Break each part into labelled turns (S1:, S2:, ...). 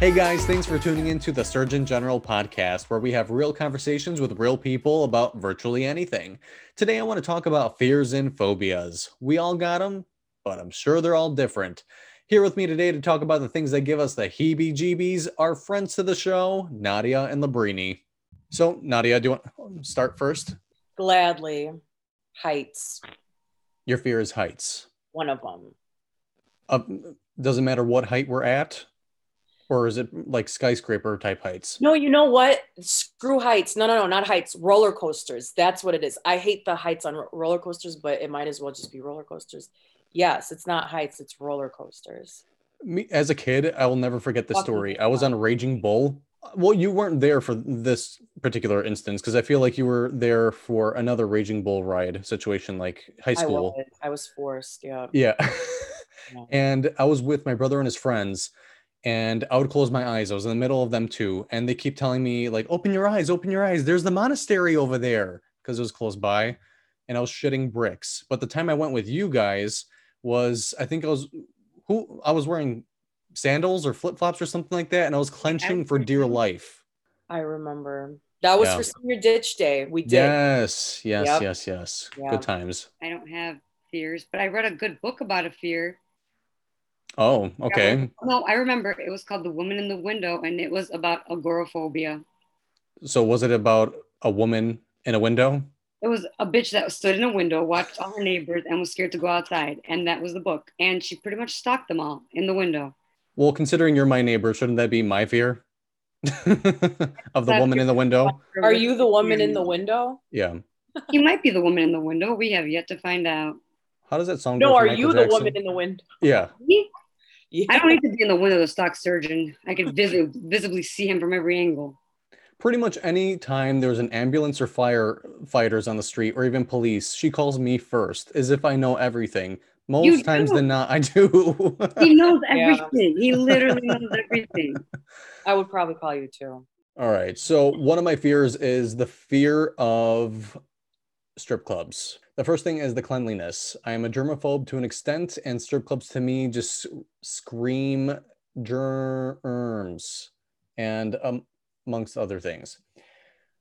S1: Hey guys, thanks for tuning in to the Surgeon General podcast, where we have real conversations with real people about virtually anything. Today, I want to talk about fears and phobias. We all got them, but I'm sure they're all different. Here with me today to talk about the things that give us the heebie jeebies are friends to the show, Nadia and Labrini. So, Nadia, do you want to start first?
S2: Gladly. Heights,
S1: Your fear is heights.
S2: one of them.
S1: Uh, doesn't matter what height we're at, or is it like skyscraper type heights?
S2: No, you know what? Screw heights. No, no, no, not heights. Roller coasters. That's what it is. I hate the heights on ro- roller coasters, but it might as well just be roller coasters. Yes, it's not heights, it's roller coasters.
S1: me as a kid i will never forget the
S2: Fucking
S1: story i was on raging bull well you weren't there for this particular instance because i feel like you were there for another raging bull ride situation like high
S2: I
S1: school
S2: was, I was forced. Yeah.
S1: yeah
S2: Yeah.
S1: and i was with my brother and his friends and i would close my eyes i was in the middle of them too and they keep telling me like open your eyes open your eyes there's the monastery over there because it was close by and i was shitting bricks but the time i went with you guys was i think i was who i was wearing sandals or flip-flops or something like that and i was clenching for dear life
S2: I remember. That was
S1: Yeah.
S2: for senior ditch day. We did.
S1: yes yes
S2: Yep.
S1: yes yes
S2: Yeah.
S1: good times
S3: I don't have fears, but I read a good book about a fear.
S1: oh okay
S3: No, I remember it was called The Woman in the Window, and it was about agoraphobia.
S1: so was it about a woman in a window
S3: It was a bitch that stood in a window, watched all her neighbors, and was scared to go outside. And that was the book. And she pretty much stalked them all in the window.
S1: Well, considering you're my neighbor, shouldn't that be my fear? of the
S3: That
S1: woman in the window?
S2: Are you the woman in the window?
S1: Yeah.
S3: You might be the woman in the window. We have yet to find out.
S1: How does that sound?
S2: No, are you the woman in the window?
S1: Yeah.
S3: Me? I
S2: Yeah.
S3: don't need to be in the window to stalk surgeon. I could visi- visibly see him from every angle.
S1: Pretty much any time there's an ambulance or firefighters on the street or even police, she calls me first, as if I know everything. Most times
S3: do.
S1: than not, I do.
S3: He knows
S2: Yeah.
S3: everything. He literally knows everything.
S2: I would probably call you too.
S1: All right. So one of my fears is the fear of strip clubs. The first thing is the cleanliness. I am a germaphobe to an extent, and strip clubs to me just scream germs and um, amongst other things.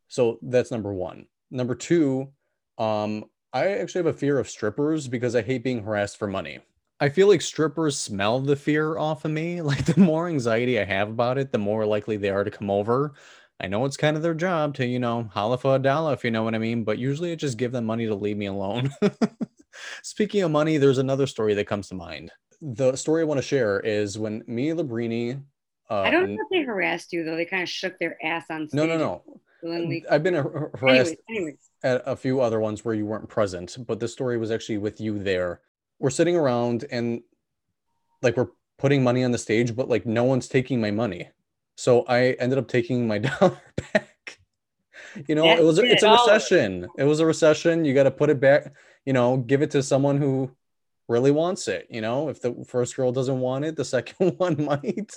S1: So that's number one. Number two, um, I actually have a fear of strippers because I hate being harassed for money. I feel like strippers smell the fear off of me. Like the more anxiety I have about it, the more likely they are to come over. I know it's kind of their job to, you know, holla for a dollar if you know what I mean, but usually I just give them money to leave me alone. Speaking of money, there's another story that comes to mind. The story I want to share is when me, Labrini, uh,
S3: I don't
S1: and-
S3: know if they harassed you, though. They kind of shook their ass on stage.
S1: no, no, no.
S3: Willingly.
S1: I've been har- harassed
S3: Anyways, anyways.
S1: at a few other ones where you weren't present, but this story was actually with you there. We're sitting around and like we're putting money on the stage, but like no one's taking my money. So I ended up taking my dollar back. You know, it
S3: That's
S1: was a- it's a
S2: it. Dollar.
S1: recession. It was a recession. You got to put it back, you know, give it to someone who really wants it, you know? If the first girl doesn't want it, the second one might.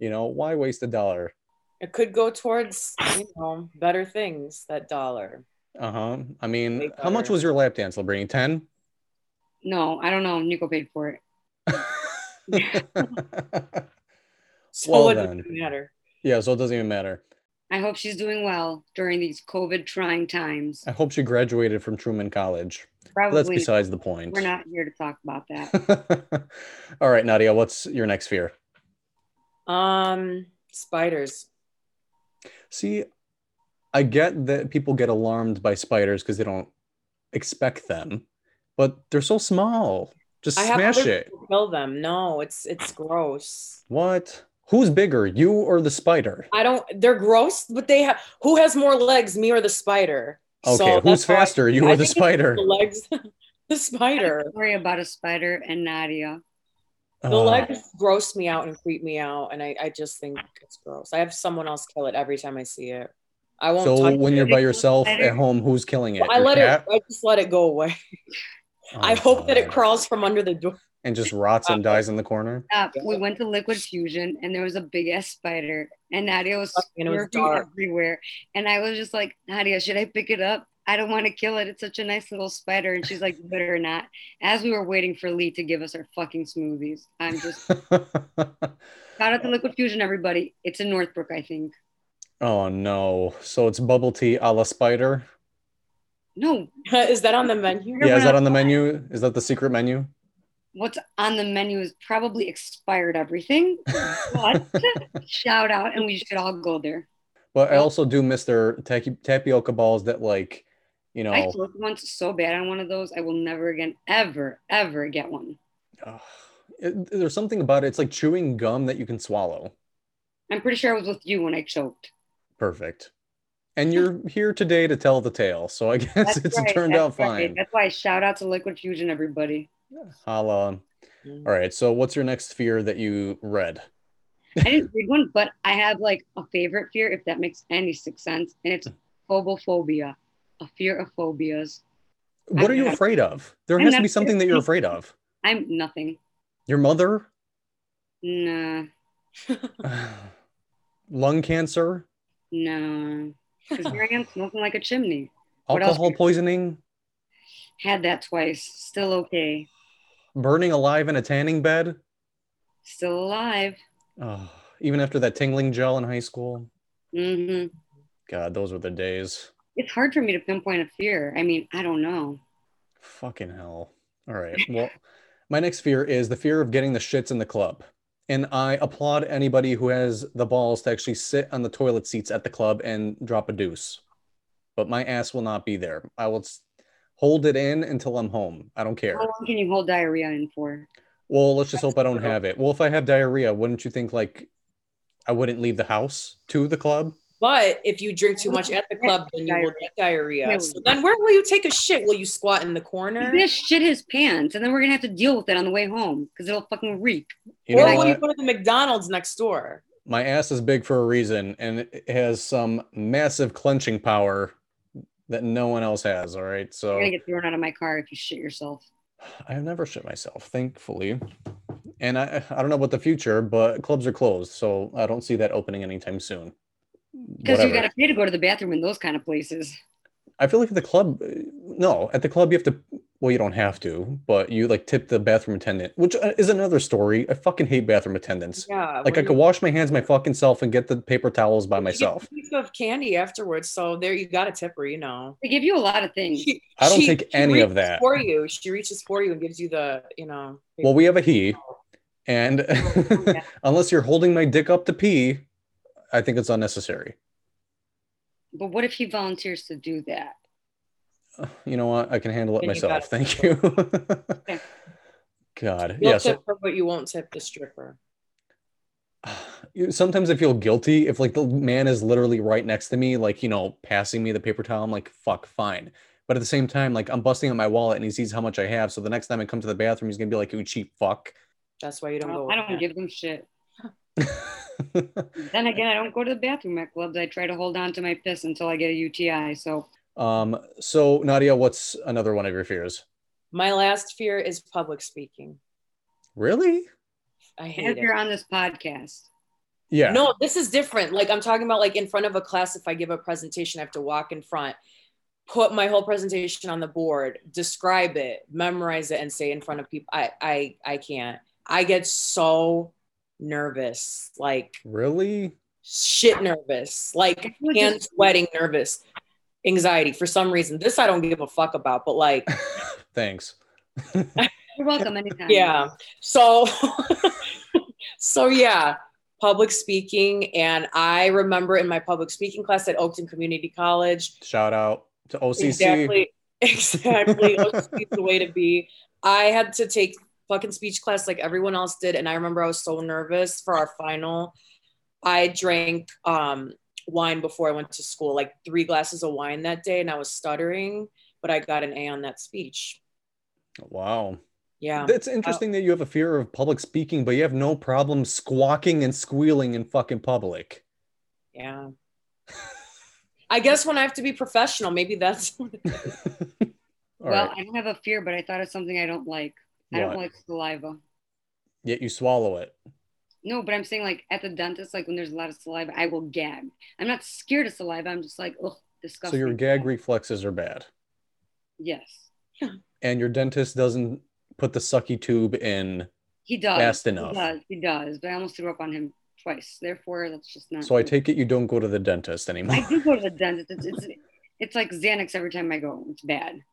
S1: You know, why waste a dollar?
S2: It could go towards, you know, better things, that dollar.
S1: Uh-huh. I mean,
S2: Way
S1: how much
S2: better.
S1: was your lap dance, Labrini? 10?
S3: No, I don't know. Nico paid for it.
S2: So
S1: Well
S2: it doesn't
S1: then.
S2: matter.
S1: yeah, so it doesn't even matter.
S3: I hope she's doing well during these COVID trying times.
S1: I hope she graduated from Truman College. But that's
S3: Probably
S1: besides the point.
S3: we're not here to talk about that.
S1: All right, Nadia, what's your next fear?
S2: Um, spiders.
S1: See, I get that people get alarmed by spiders because they don't expect them, but they're so small. Just
S2: I have
S1: smash
S2: other
S1: it.
S2: people kill them. No, it's it's gross.
S1: What? Who's bigger, you or the spider?
S2: I don't. They're gross, but they have. Who has more legs, me or the spider?
S1: Okay,
S2: So
S1: who's
S2: that's how I-
S1: faster, you
S2: I
S1: or the
S2: think it's
S1: spider?
S2: The legs. the spider.
S3: Sorry about a spider and Nadia.
S2: The
S1: Uh,
S2: legs gross me out and creep me out, and I I just think it's gross. I have someone else kill it every time I see it. I won't.
S1: So
S2: touch
S1: when
S2: it.
S1: you're by yourself
S3: Spider.
S1: at home, who's killing it?
S2: I
S1: Your
S2: let
S1: cat?
S2: it. I just let it go away.
S1: Oh
S2: I
S1: my
S2: hope that it
S1: God.
S2: crawls from under the door.
S1: and just rots and
S2: Wow.
S1: dies in the corner.
S3: Uh, we went to Liquid Fusion and there was a big ass spider and Nadia was
S2: And it was
S3: lurking
S2: dark.
S3: everywhere. And I was just like, Nadia, should I pick it up? I don't want to kill it. It's such a nice little spider. And she's like, "You better not. As we were waiting for Lee to give us our fucking smoothies, I'm just shout out to Liquid Fusion, everybody. It's in Northbrook, I think.
S1: oh no. So it's bubble tea a la spider.
S3: No,
S2: is that on the menu?
S1: Yeah, is that on the menu? Is that the secret menu?
S3: what's on the menu is probably expired everything. But shout out, and we should all go there.
S1: But I
S3: Well-
S1: also do miss their taki- tapioca balls that, like, you
S3: I
S1: know,
S3: floated once so bad on one of those. I will never again, ever, ever get one.
S1: ugh. It- there's something about it. It's like chewing gum that you can swallow.
S3: I'm pretty sure I was with you when I choked.
S1: Perfect. And you're here today to tell the tale. So I guess it's
S3: right,
S1: turned out
S3: that's right.
S1: fine.
S3: That's why shout out to Liquid Fusion, everybody.
S1: Holla.
S2: Mm.
S1: All right. So what's your next fear that you read?
S3: I didn't read one, but I have like a favorite fear, if that makes any six sense, and it's phobophobia, a fear of phobias.
S1: What are you
S3: Okay.
S1: afraid of? There
S3: I'm
S1: has to
S3: not
S1: be something that you're afraid of.
S3: I'm nothing.
S1: Your mother?
S3: Nah,
S1: Lung cancer?
S3: no. Because here I am smoking like a chimney. What else?
S1: Alcohol poisoning?
S3: Had that twice. Still okay.
S1: Burning alive in a tanning bed?
S3: Still alive.
S1: Oh, even after that tingling gel in high school?
S3: hmm
S1: God, those were the days.
S3: It's hard for me to pinpoint a fear. I mean, I don't know.
S1: Fucking hell. All right. Well, my next fear is the fear of getting the shits in the club. And I applaud anybody who has the balls to actually sit on the toilet seats at the club and drop a deuce. But my ass will not be there. I will s- hold it in until I'm home. I don't care.
S3: How long can you hold diarrhea in for?
S1: Well, let's just hope I don't
S3: Absolutely.
S1: have it. Well, if I have diarrhea, wouldn't you think like I wouldn't leave the house to the club?
S2: But if you drink too much at the club, then you will get diarrhea.
S3: Diarrhea.
S2: So then where will you take a shit? Will you squat in the corner?
S3: He's gonna shit his pants, and then we're gonna have to deal with it on the way home because it'll fucking reek.
S1: You
S2: or
S1: know
S2: will you
S1: what?
S2: go to the McDonald's next door?
S1: My ass is big for a reason and it has some massive clenching power that no one else has. All right. So
S3: You're gonna get thrown out of my car if you shit yourself.
S1: I have never shit myself, thankfully. And I, I don't know about the future, but clubs are closed. So I don't see that opening anytime soon.
S3: Because you
S1: Whatever.
S3: gotta pay to go to the bathroom in those kind of places.
S1: I feel like at the club, uh, no, at the club you have to. Well, you don't have to, but you like tip the bathroom attendant, which uh, is another story. I fucking hate bathroom attendants.
S2: Yeah.
S1: Like I could wash my hands my fucking self and get the paper towels by myself.
S2: You get a piece of candy afterwards, so there you got a tipper, you know.
S3: They give you a lot of things.
S2: She-
S1: I don't take any of
S2: reaches
S1: that.
S2: for you. She reaches for you and gives you the, you know.
S1: Well, we have a he, and
S2: Oh,
S3: Yeah.
S1: unless you're holding my dick up to pee, I think it's unnecessary.
S3: But what if he volunteers to do that?
S1: Uh, You know what? I can handle it
S2: Then you
S1: myself.
S2: got it.
S1: Thank you. God,
S2: You'll
S1: yeah. So
S2: tip her, but you won't tip the stripper.
S1: You- sometimes I feel guilty if like the man is literally right next to me, like you know, passing me the paper towel. I'm like, fuck, fine. But at the same time, like I'm busting out my wallet and he sees how much I have. So the next time I come to the bathroom, he's gonna be like, "You cheap fuck."
S2: That's why you don't go.
S3: I don't
S2: with
S3: give them shit. Then again, I don't go to the bathroom at clubs. I try to hold on to my piss until I get a UTI. So
S1: um. So Nadia, what's another one of your fears?
S2: that. My last fear is public speaking.
S1: Really?
S2: I hate
S3: as
S2: it.
S3: you're on this podcast,
S1: Yeah.
S2: No, this is different. Like I'm talking about like in front of a class, if I give a presentation, I have to walk in front, put my whole presentation on the board, describe it, memorize it, and say in front of people. I I I can't. I get so nervous, like
S1: Really?
S2: shit nervous, like
S3: Well, just-
S2: hands sweating nervous, anxiety for some reason. This I don't give a fuck about, but like
S1: Thanks.
S3: you're welcome anytime.
S2: yeah so so yeah public speaking and i remember in my public speaking class at oakton community college
S1: Shout out to OCC.
S2: exactly exactly OCC is the way to be i had to take fucking speech class like everyone else did and i remember i was so nervous for our final i drank um wine before i went to school like three glasses of wine that day and i was stuttering but i got an a on that speech
S1: Wow.
S2: yeah
S1: That's
S3: Uh,
S1: interesting that you have a fear of public speaking, but you have no problem squawking and squealing in fucking public.
S2: Yeah. I guess when I have to be professional, maybe that's
S1: All
S3: well,
S1: right.
S3: I don't have a fear, but I thought of something I don't like. I
S1: What?
S3: don't like saliva.
S1: Yet you swallow it.
S3: No, but I'm saying like at the dentist, like when there's a lot of saliva, I will gag. I'm not scared of saliva. I'm just like, oh,
S1: So
S3: Disgusting.
S1: your gag reflexes are bad,
S3: Yes.
S1: and your dentist doesn't put the sucky tube in
S3: He does.
S1: fast
S3: He
S1: enough.
S3: does. He does. But I almost threw up on him twice. Therefore, that's just not.
S1: So I take it you don't go to the dentist
S3: I
S1: anymore.
S3: do go to the dentist. It's, it's, it's like Xanax every time I go. It's bad.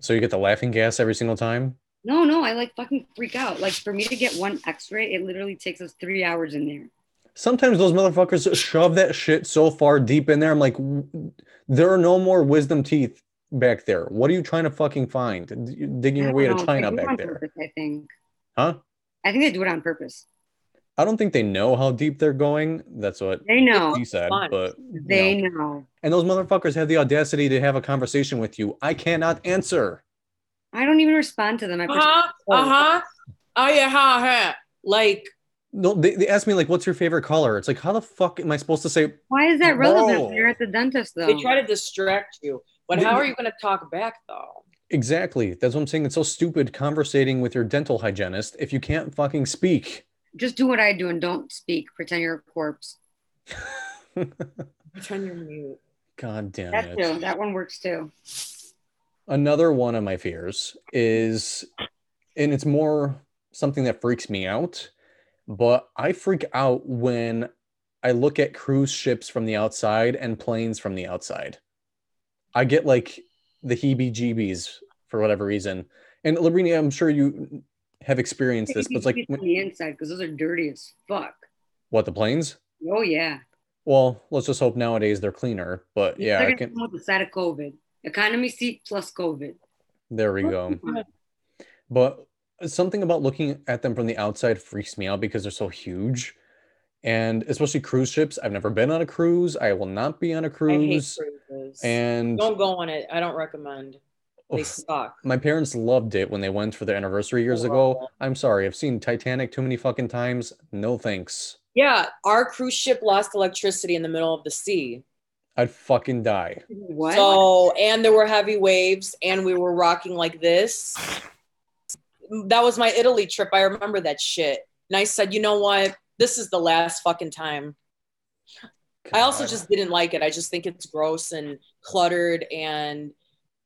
S1: So you get the laughing gas every single time.
S3: No, no, I like fucking freak out. Like for me to get one X-ray, it literally takes us three hours in there.
S1: Sometimes those motherfuckers shove that shit so far deep in there. I'm like, "W- there are no more wisdom teeth back there. What are you trying to fucking find? D- You're digging
S3: I
S1: your
S3: don't
S1: way to
S3: know. They
S1: China
S3: do it
S1: back
S3: on
S1: there,
S3: purpose, I think.
S1: huh?
S3: I think they do it on purpose.
S1: I don't think they know how deep they're going. That's what
S3: They know.
S1: he said.
S2: fun.
S1: But
S3: They know.
S1: and those motherfuckers have the audacity to have a conversation with you. I cannot answer.
S3: I don't even respond to them. I
S2: Uh huh. Uh huh. Oh yeah. Ha ha. Like
S1: No, they, they asked me like, "What's your favorite color?" It's like, how the fuck am I supposed to say?
S3: Why is that relevant?
S1: Uh-huh. Whoa.
S3: when You're at the dentist though.
S2: they try to distract you, but
S1: They-
S2: how are you going to talk back though?
S1: Exactly. That's what I'm saying. It's so stupid conversating with your dental hygienist if you can't fucking speak.
S3: Just do what I do and don't speak. Pretend you're a corpse.
S2: Pretend you're mute.
S1: God damn
S3: That
S1: it.
S3: too. That one works too.
S1: Another one of my fears is, and it's more something that freaks me out, but I freak out when I look at cruise ships from the outside and planes from the outside. I get like the heebie jeebies for whatever reason. And Labrini, I'm sure you have experienced this, but it's like,
S3: on the inside because those are dirty as fuck.
S1: what, the planes?
S3: Oh yeah.
S1: Well, let's just hope nowadays they're cleaner, but yeah,
S3: They're
S1: I
S3: gonna
S1: can,
S3: come with the side of COVID. Economy seat plus COVID.
S1: there
S2: Oh,
S1: we go. but something about looking at them from the outside freaks me out because they're so huge and especially cruise ships i've never been on a cruise i will not be on a
S2: I hate
S1: cruises
S2: cruises.
S1: and
S2: don't go on it. I don't recommend. They
S1: oof,
S2: suck.
S1: my parents loved it when they went for their anniversary years
S2: love
S1: ago
S2: that.
S1: i'm sorry i've seen titanic too many fucking times no thanks
S2: Yeah, our cruise ship lost electricity in the middle of the sea.
S1: i'd fucking die
S3: What?
S2: So, and there were heavy waves, and we were rocking like this. That was my Italy trip. I remember that shit. And I said, you know what? This is the last fucking time. I also
S1: God.
S2: just didn't like it. I just think it's gross and cluttered, and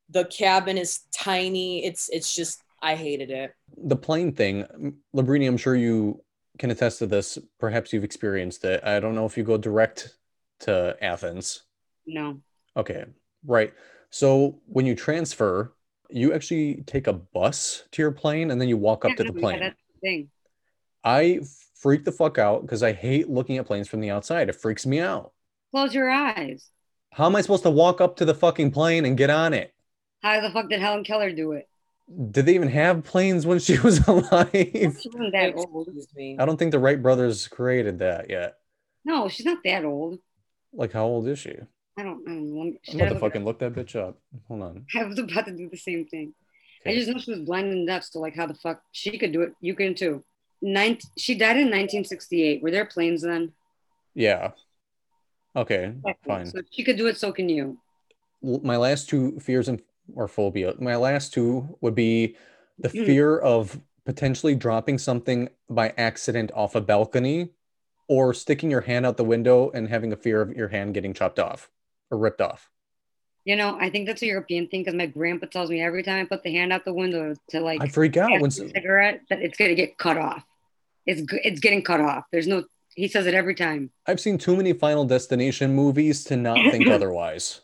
S2: the cabin is tiny. It's it's just I hated it.
S1: the plane thing m- labrini i'm sure you can attest to this perhaps you've experienced it i don't know if you go direct to athens
S3: no.
S1: Okay, right. So when you transfer, you actually take a bus to your plane and then you walk up to
S3: Yeah,
S1: the
S3: yeah,
S1: plane.
S3: that's the thing.
S1: I freak the fuck out because I hate looking at planes from the outside. It freaks me out.
S3: Close your eyes.
S1: How am I supposed to walk up to the fucking plane and get on it?
S3: How the fuck did Helen Keller do it?
S1: Did they even have planes when she was alive?
S3: She wasn't that old.
S2: Excuse me.
S1: I
S3: um,
S1: don't think the Wright brothers created that yet.
S3: No, she's not that old.
S1: Like, how old is she?
S3: I don't know.
S1: I'm about to fucking look that bitch up. Hold on.
S3: I was about to do the same thing. I
S1: Okay.
S3: just know she was blind and deaf, so like how the fuck she could do it, you can too. Nine, she died in 1968. Were there planes then?
S1: Yeah. Okay, fine.
S3: So if she could do it, so can you.
S1: l- my last two fears and or phobia my last two would be the
S2: Hmm.
S3: Mhm.
S1: fear of potentially dropping something by accident off a balcony or sticking your hand out the window and having a fear of your hand getting chopped off or ripped off
S3: You know, I think that's a European thing because my grandpa tells me every time I put the hand out the window to like
S1: i freak out
S3: pass
S1: when
S3: the cigarette that it's gonna get cut off. It's g- it's getting cut off. There's no. He says it every time.
S1: i've seen too many final destination movies to not think otherwise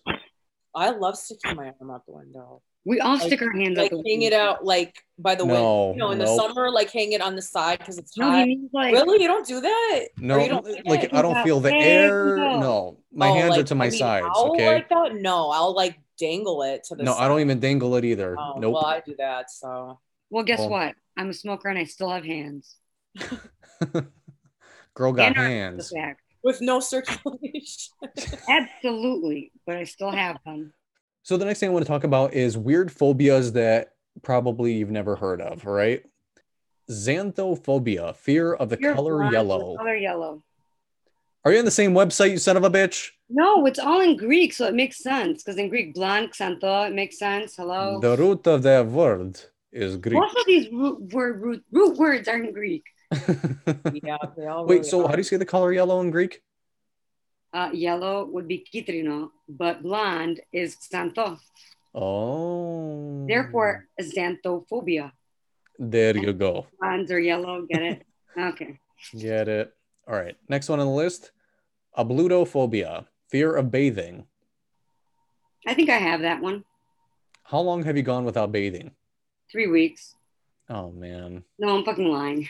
S2: I love sticking my arm out the window.
S3: We all
S2: Like-
S3: stick our hands
S2: like
S3: out the
S2: hang it
S3: window.
S2: out like by the
S1: No,
S2: window. You know, in the
S1: nope.
S2: summer, like hang it on the side because it's
S3: No, he
S2: hot.
S3: means like
S2: really, you don't do that?
S1: no
S2: Or you don't
S1: like
S2: it?
S1: i don't
S3: Yeah.
S1: feel the
S3: Hey,
S1: air
S3: no.
S1: no my
S2: Oh,
S1: hands are
S2: like,
S1: to my
S2: I mean,
S1: sides
S2: I'll
S1: okay
S2: Like that? No, I'll like dangle it to the.
S1: no
S2: side.
S1: i don't even dangle it either
S2: Oh,
S1: nope
S2: Well, I do that. So
S3: Well, guess
S1: Well-
S3: what? I'm a smoker and I still have hands.
S1: girl got
S3: And I- The
S1: hands
S3: fact.
S2: with no circulation.
S3: Absolutely, but I still have them.
S1: So the next thing I want to talk about is weird phobias that probably you've never heard of, right? Xanthophobia, fear of the
S3: You're
S1: color
S3: blind,
S1: yellow.
S3: Color yellow.
S1: Are you on the same website, you son of a bitch?
S3: No, it's all in Greek, so it makes sense. Because in Greek, blonde, xantho, it makes sense. Hello.
S1: The root of the word is Greek.
S3: Most of these root, word, root, root words are in Greek.
S2: yeah, they all.
S1: Wait,
S2: really
S1: so
S2: are.
S1: how do you say the color yellow in Greek?
S3: Uh, yellow would be Kitrino, but blonde is Xantho.
S1: Hmm. Oh.
S3: Therefore, xanthophobia.
S1: There you go.
S3: Blondes are yellow. Get it? Okay.
S1: Get it. All right. Next one on the list ablutophobia, fear of bathing.
S3: I think I have that one.
S1: How long have you gone without bathing?
S3: Three weeks.
S1: Oh, man.
S3: No, I'm fucking lying.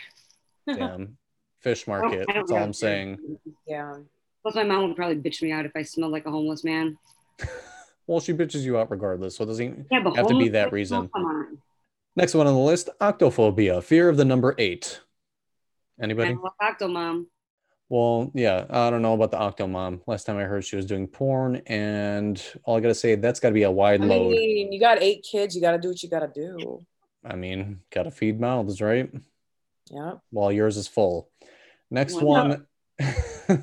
S1: Damn. Fish
S3: I don't-
S1: market.
S3: I don't
S1: That's all
S3: have
S1: I'm
S3: three
S1: saying.
S3: weeks.
S2: Yeah.
S3: Plus, my mom would probably bitch me out if I smelled like a homeless man.
S1: Well, she bitches you out regardless. So it doesn't even.
S3: Yeah, but
S1: Have to be
S3: homeless
S1: that
S3: people?
S1: reason.
S3: Come on.
S1: Next one on the list octophobia, fear of the number eight. Anybody?
S3: And I love Octo Mom.
S1: Well, yeah, I don't know about the Octomom. Last time I heard she was doing porn, and all I gotta say, that's gotta be a
S2: I
S1: wide load.
S2: mean, you got eight kids. You got to do what you got to do.
S1: I mean, gotta feed mouths, right?
S2: Yeah.
S1: While yours is full. Next
S3: Well,
S1: one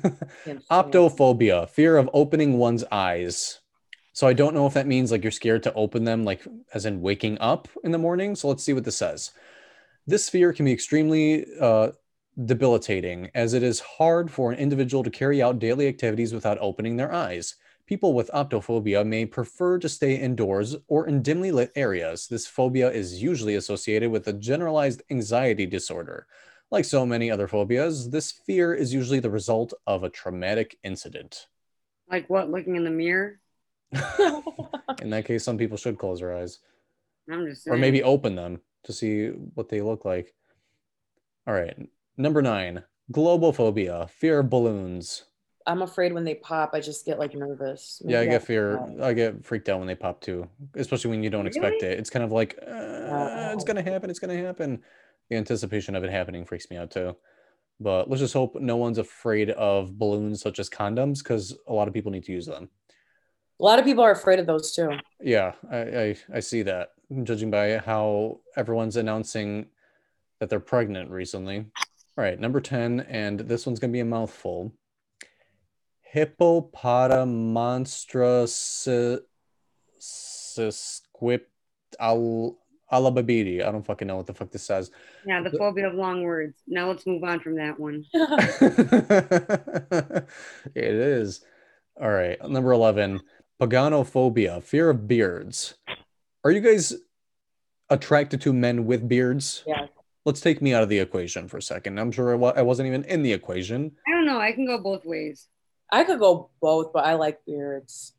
S1: optophobia, fear of opening one's eyes. So I don't know if that means like you're scared to open them, like as in waking up in the morning. So let's see what this says. This fear can be extremely uh, debilitating, as it is hard for an individual to carry out daily activities without opening their eyes. People with optophobia may prefer to stay indoors or in dimly lit areas. This phobia is usually associated with a generalized anxiety disorder. Like so many other phobias, this fear is usually the result of a traumatic incident.
S3: Like what? Looking in the mirror?
S1: In that case, some people should close their eyes
S3: I'm just saying.
S1: or maybe open them to see what they look like. All right. Number nine, globophobia, fear of balloons.
S2: I'm afraid when they pop, I just get like nervous.
S1: Yeah, I
S2: Maybe
S1: get fear.
S2: Wow.
S1: I get freaked out when they pop too, especially when you don't expect it. It's kind of like, uh, it's
S2: Oh.
S1: going to happen. It's going to happen. The anticipation of it happening freaks me out too. But let's just hope no one's afraid of balloons such as condoms because a lot of people need to use them.
S2: A lot of people are afraid of those too.
S1: Yeah, I, I, I see that. Judging by how everyone's announcing that they're pregnant recently. All right, number 10, and this one's going to be a mouthful. Hippopotamonstra al alababidi. I don't fucking know what the fuck this says.
S3: Yeah, the phobia of long words. Now let's move on from that one.
S1: it is. All right. Number 11, paganophobia, fear of beards. Are you guys attracted to men with beards?
S2: Yeah.
S1: Let's take me out of the equation for a second. I'm sure I, wa- I wasn't even in the equation.
S3: I don't know. I can go both ways.
S2: I could go both, but I like beards.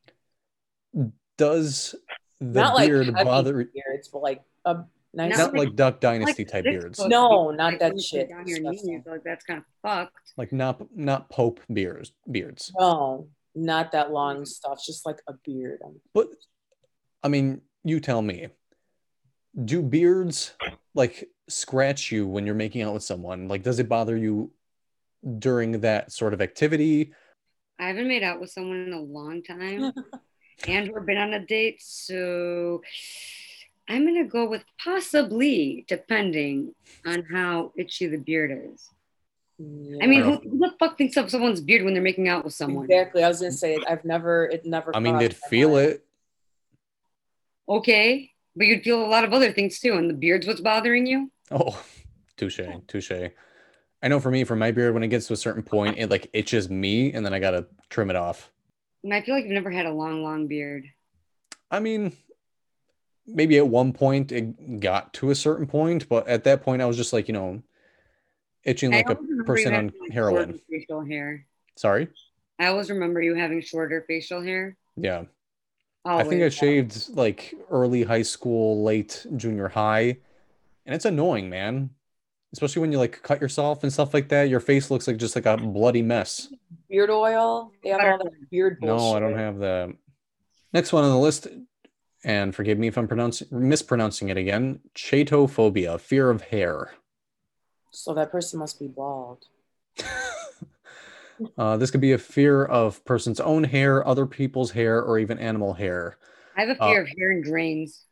S1: Does the
S2: not like
S1: beard
S2: heavy
S1: bother?
S2: beards, but like a nice.
S1: Not
S3: Not
S1: like Duck Dynasty
S3: Like
S1: type
S3: this
S1: beards,
S3: close.
S2: No, not that
S3: when you
S2: shit.
S3: Down your knees,
S2: Disgusting.
S3: like that's kind of fucked.
S1: like not not Pope beards beards.
S2: No, Oh, not that
S1: Mm.
S2: long stuff. Just like a beard.
S1: But I mean, you tell me. Do beards like scratch you when you're making out with someone? Like, does it bother you during that sort of activity?
S3: I haven't made out with someone in a long time, and or been on a date, so I'm gonna go with possibly, depending on how itchy the beard is. I mean, who, who the fuck thinks of someone's beard when they're making out with someone?
S2: exactly. I was gonna say I've never. It never.
S1: I mean,
S2: crossed
S1: they'd
S2: my
S1: feel
S2: mind.
S1: it.
S3: Okay, but you'd feel a lot of other things too, and the beard's what's bothering you.
S1: Oh, touche, touche. I know for me, for my beard, when it gets to a certain point, it like itches me, and then I gotta trim it off.
S3: And I feel like you've never had a long, long beard.
S1: I mean, maybe at one point it got to a certain point, but at that point, I was just like, you know, itching like
S3: I
S1: a
S3: always remember
S1: person
S3: you
S1: on
S3: having, like, shorter
S1: heroin.
S3: Facial hair.
S1: Sorry.
S3: I always remember you having shorter facial hair.
S1: Yeah. I
S3: Always.
S1: think I shaved like early high school, late junior high, and it's annoying, man. Especially when you like cut yourself and stuff like that, your face looks like just like a bloody mess.
S2: Beard oil. They have all that beard bullshit.
S1: No, I don't have the next one on the list. And forgive me if I'm pronouncing mispronouncing it again. Chatophobia, fear of hair.
S2: So that person must be bald.
S1: Uh, this could be a fear of person's own hair, other people's hair, or even animal hair.
S3: I have a fear of hair and drains.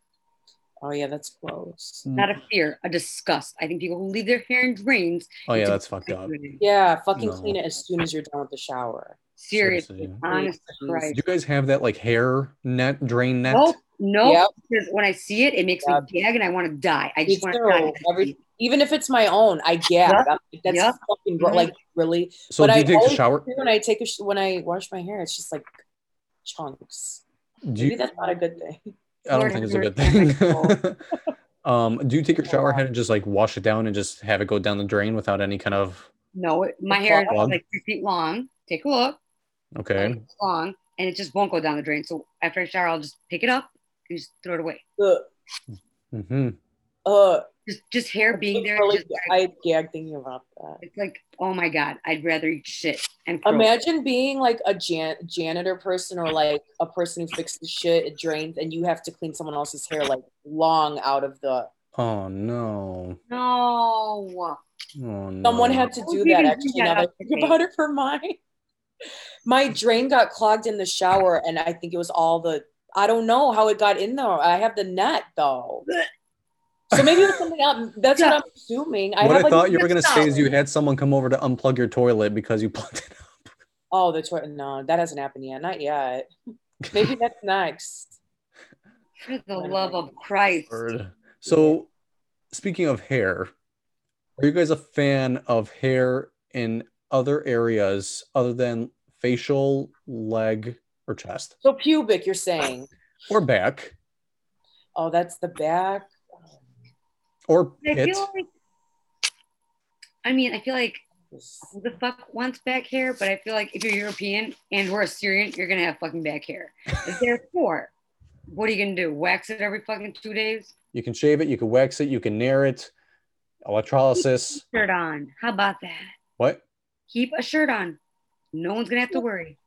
S2: Oh yeah, that's gross.
S1: Mm.
S3: Not a fear, a disgust. I think people who leave their hair in drains.
S1: Oh yeah, that's fucked up.
S2: Yeah, fucking
S1: No.
S2: clean it as soon as you're done with the shower.
S3: Seriously,
S1: Seriously.
S3: honest to
S2: Please.
S1: Do
S3: Christ.
S1: you guys have that like hair net drain net?
S3: Nope, No,
S2: Yep.
S3: because when I see it, it makes me gag and I want to die.
S2: Me
S3: I just want to
S2: too.
S3: die.
S2: Every- even if it's my own, I gag.
S3: Yep.
S2: I'm like, That's
S3: Yep.
S2: fucking bro-
S3: Mhm.
S2: like really.
S1: So do
S2: But I
S1: you take a
S2: always-
S1: shower?
S2: When I take a sh- when I wash my hair, it's just like chunks.
S1: Do
S2: Maybe
S1: you,
S2: that's not a good thing.
S1: I don't
S3: Lord
S1: think it's a
S3: have
S1: good
S3: mercy.
S1: thing. um, do you take your shower head and just like wash it down and just have it go down the drain without any kind of
S3: No, it- my
S2: It's
S3: hair is
S1: long.
S3: like three feet long. Take a look.
S1: okay?
S3: It's long, and it just won't go down the drain. So after I shower, I'll just pick it up and just throw it away.
S2: Ugh.
S1: hmm
S2: Ugh.
S3: Just just hair being there.
S2: Really-
S3: just like,
S2: I gag thinking about that.
S3: it's like, oh my god, I'd rather eat shit and crow.
S2: Imagine being like a jan- janitor person or like a person who fixes shit, it drains, and you have to clean someone else's hair like long out of the.
S1: Oh no!
S3: no.
S1: Oh no!
S2: Someone had to
S3: Oh,
S2: do
S3: we
S2: that
S3: can
S2: actually.
S3: do that
S2: Now that I
S3: after
S2: think about it for mine, my drain got clogged in the shower, and I think it was all the. I don't know how it got in there. I have the net though, so maybe it was something else. That's what I'm assuming. I
S1: what
S2: have
S1: I
S2: like
S1: thought you were gonna
S2: to
S1: say is you had someone come over to unplug your toilet because you plugged it.
S2: Oh, the toilet. No, that hasn't happened yet. Not yet. Maybe that's next.
S3: For the love of Christ.
S1: Word. So, speaking of hair, are you guys a fan of hair in other areas other than facial, leg, or chest,
S2: So pubic, you're saying.
S1: or back,
S2: Oh, that's the back.
S1: or
S3: I
S1: pit?
S3: feel like I mean, I feel like who the fuck wants back hair, but I feel like if you're European and or Assyrian, you're gonna have fucking back hair. Therefore, what are you gonna do? Wax it every fucking two days?
S1: You can shave it, you can wax it, you can nair it, electrolysis.
S3: Shirt on. How about that?
S1: What?
S3: Keep a shirt on. No one's gonna have to worry.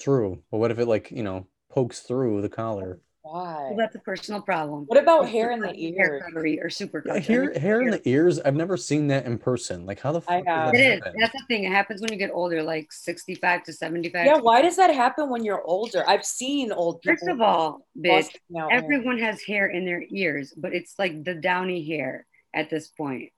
S1: True. But what if it like you know pokes through the collar?
S2: Why?
S3: Well, that's a personal problem.
S2: What about hair in the
S3: Hair
S2: ear?
S3: cuttery or super
S1: Yeah,
S3: cuttery.
S1: hair, hair in the ears. I've never seen that in person. Like how the fuck
S2: I
S1: does that
S2: have.
S3: It is.
S1: happen?
S3: That's the thing. It happens when you get older, like 65 to 75.
S2: Yeah, why does that happen when you're older? I've seen old people.
S3: First of all, bitch,
S2: busting
S1: Oh.
S2: out hair.
S3: everyone has hair in their ears, but it's like the downy hair at this point.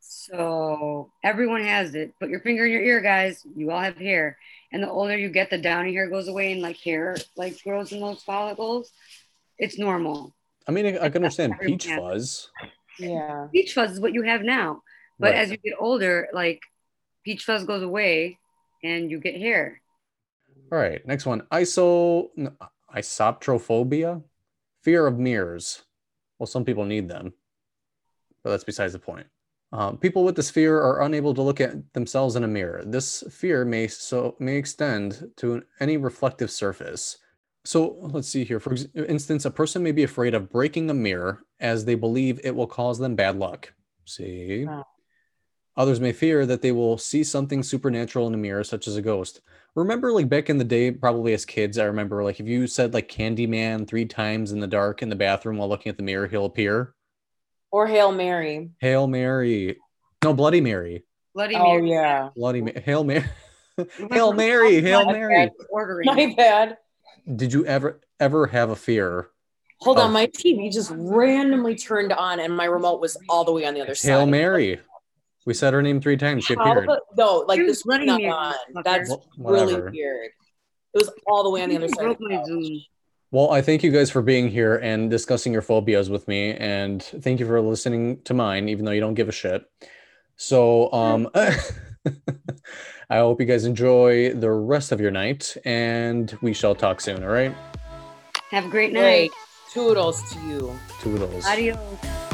S3: So everyone has it. Put your finger in your ear, guys. You all have hair. And the older you get, the downy hair goes away and like hair like grows in those follicles. It's normal.
S1: I mean, I, I can understand
S3: Everyone
S1: peach
S3: has it.
S1: fuzz,
S2: yeah.
S3: Peach fuzz is what you have now. But
S1: Right.
S3: as you get older, like peach fuzz goes away and you get hair.
S1: All right, next one. Iso n- isoptrophobia, fear of mirrors. Well, some people need them, but that's besides the point. Um, people with this fear are unable to look at themselves in a mirror. This fear may so may extend to an- any reflective surface. So let's see here. For ex- instance, a person may be afraid of breaking a mirror as they believe it will cause them bad luck. See.
S2: Wow.
S1: Others may fear that they will see something supernatural in a mirror, such as a ghost remember like back in the day probably as kids i remember like if you said like candyman three times in the dark in the bathroom while looking at the mirror he'll appear
S2: Or Hail Mary.
S1: hail mary no bloody mary
S3: Bloody
S2: Oh
S3: Mary.
S2: yeah.
S1: bloody Ma- hail mary
S3: We went
S1: hail
S3: from
S1: mary hail
S3: blood
S1: mary
S3: to Ordering.
S2: My bad.
S1: did you ever ever have a fear
S2: Hold
S1: Oh.
S2: on, my TV just randomly turned on, and my remote was all the way on the other side.
S1: hail mary we said her name three times she
S2: How
S1: appeared
S2: the, no, like
S3: She was
S2: this was
S3: running
S2: not
S3: me,
S2: on.
S3: motherfucker.
S2: That's
S1: Wh-
S2: really
S1: whatever
S2: weird. It was all the way on the other side. of
S3: Broke
S2: the
S3: my
S2: couch.
S3: Zoom.
S1: well i thank you guys for being here and discussing your phobias with me and thank you for listening to mine even though you don't give a shit So um I hope you guys enjoy the rest of your night and we shall talk soon, all right?
S3: Have a great night.
S2: Great. Toodles to you.
S1: Toodles.
S3: Adios.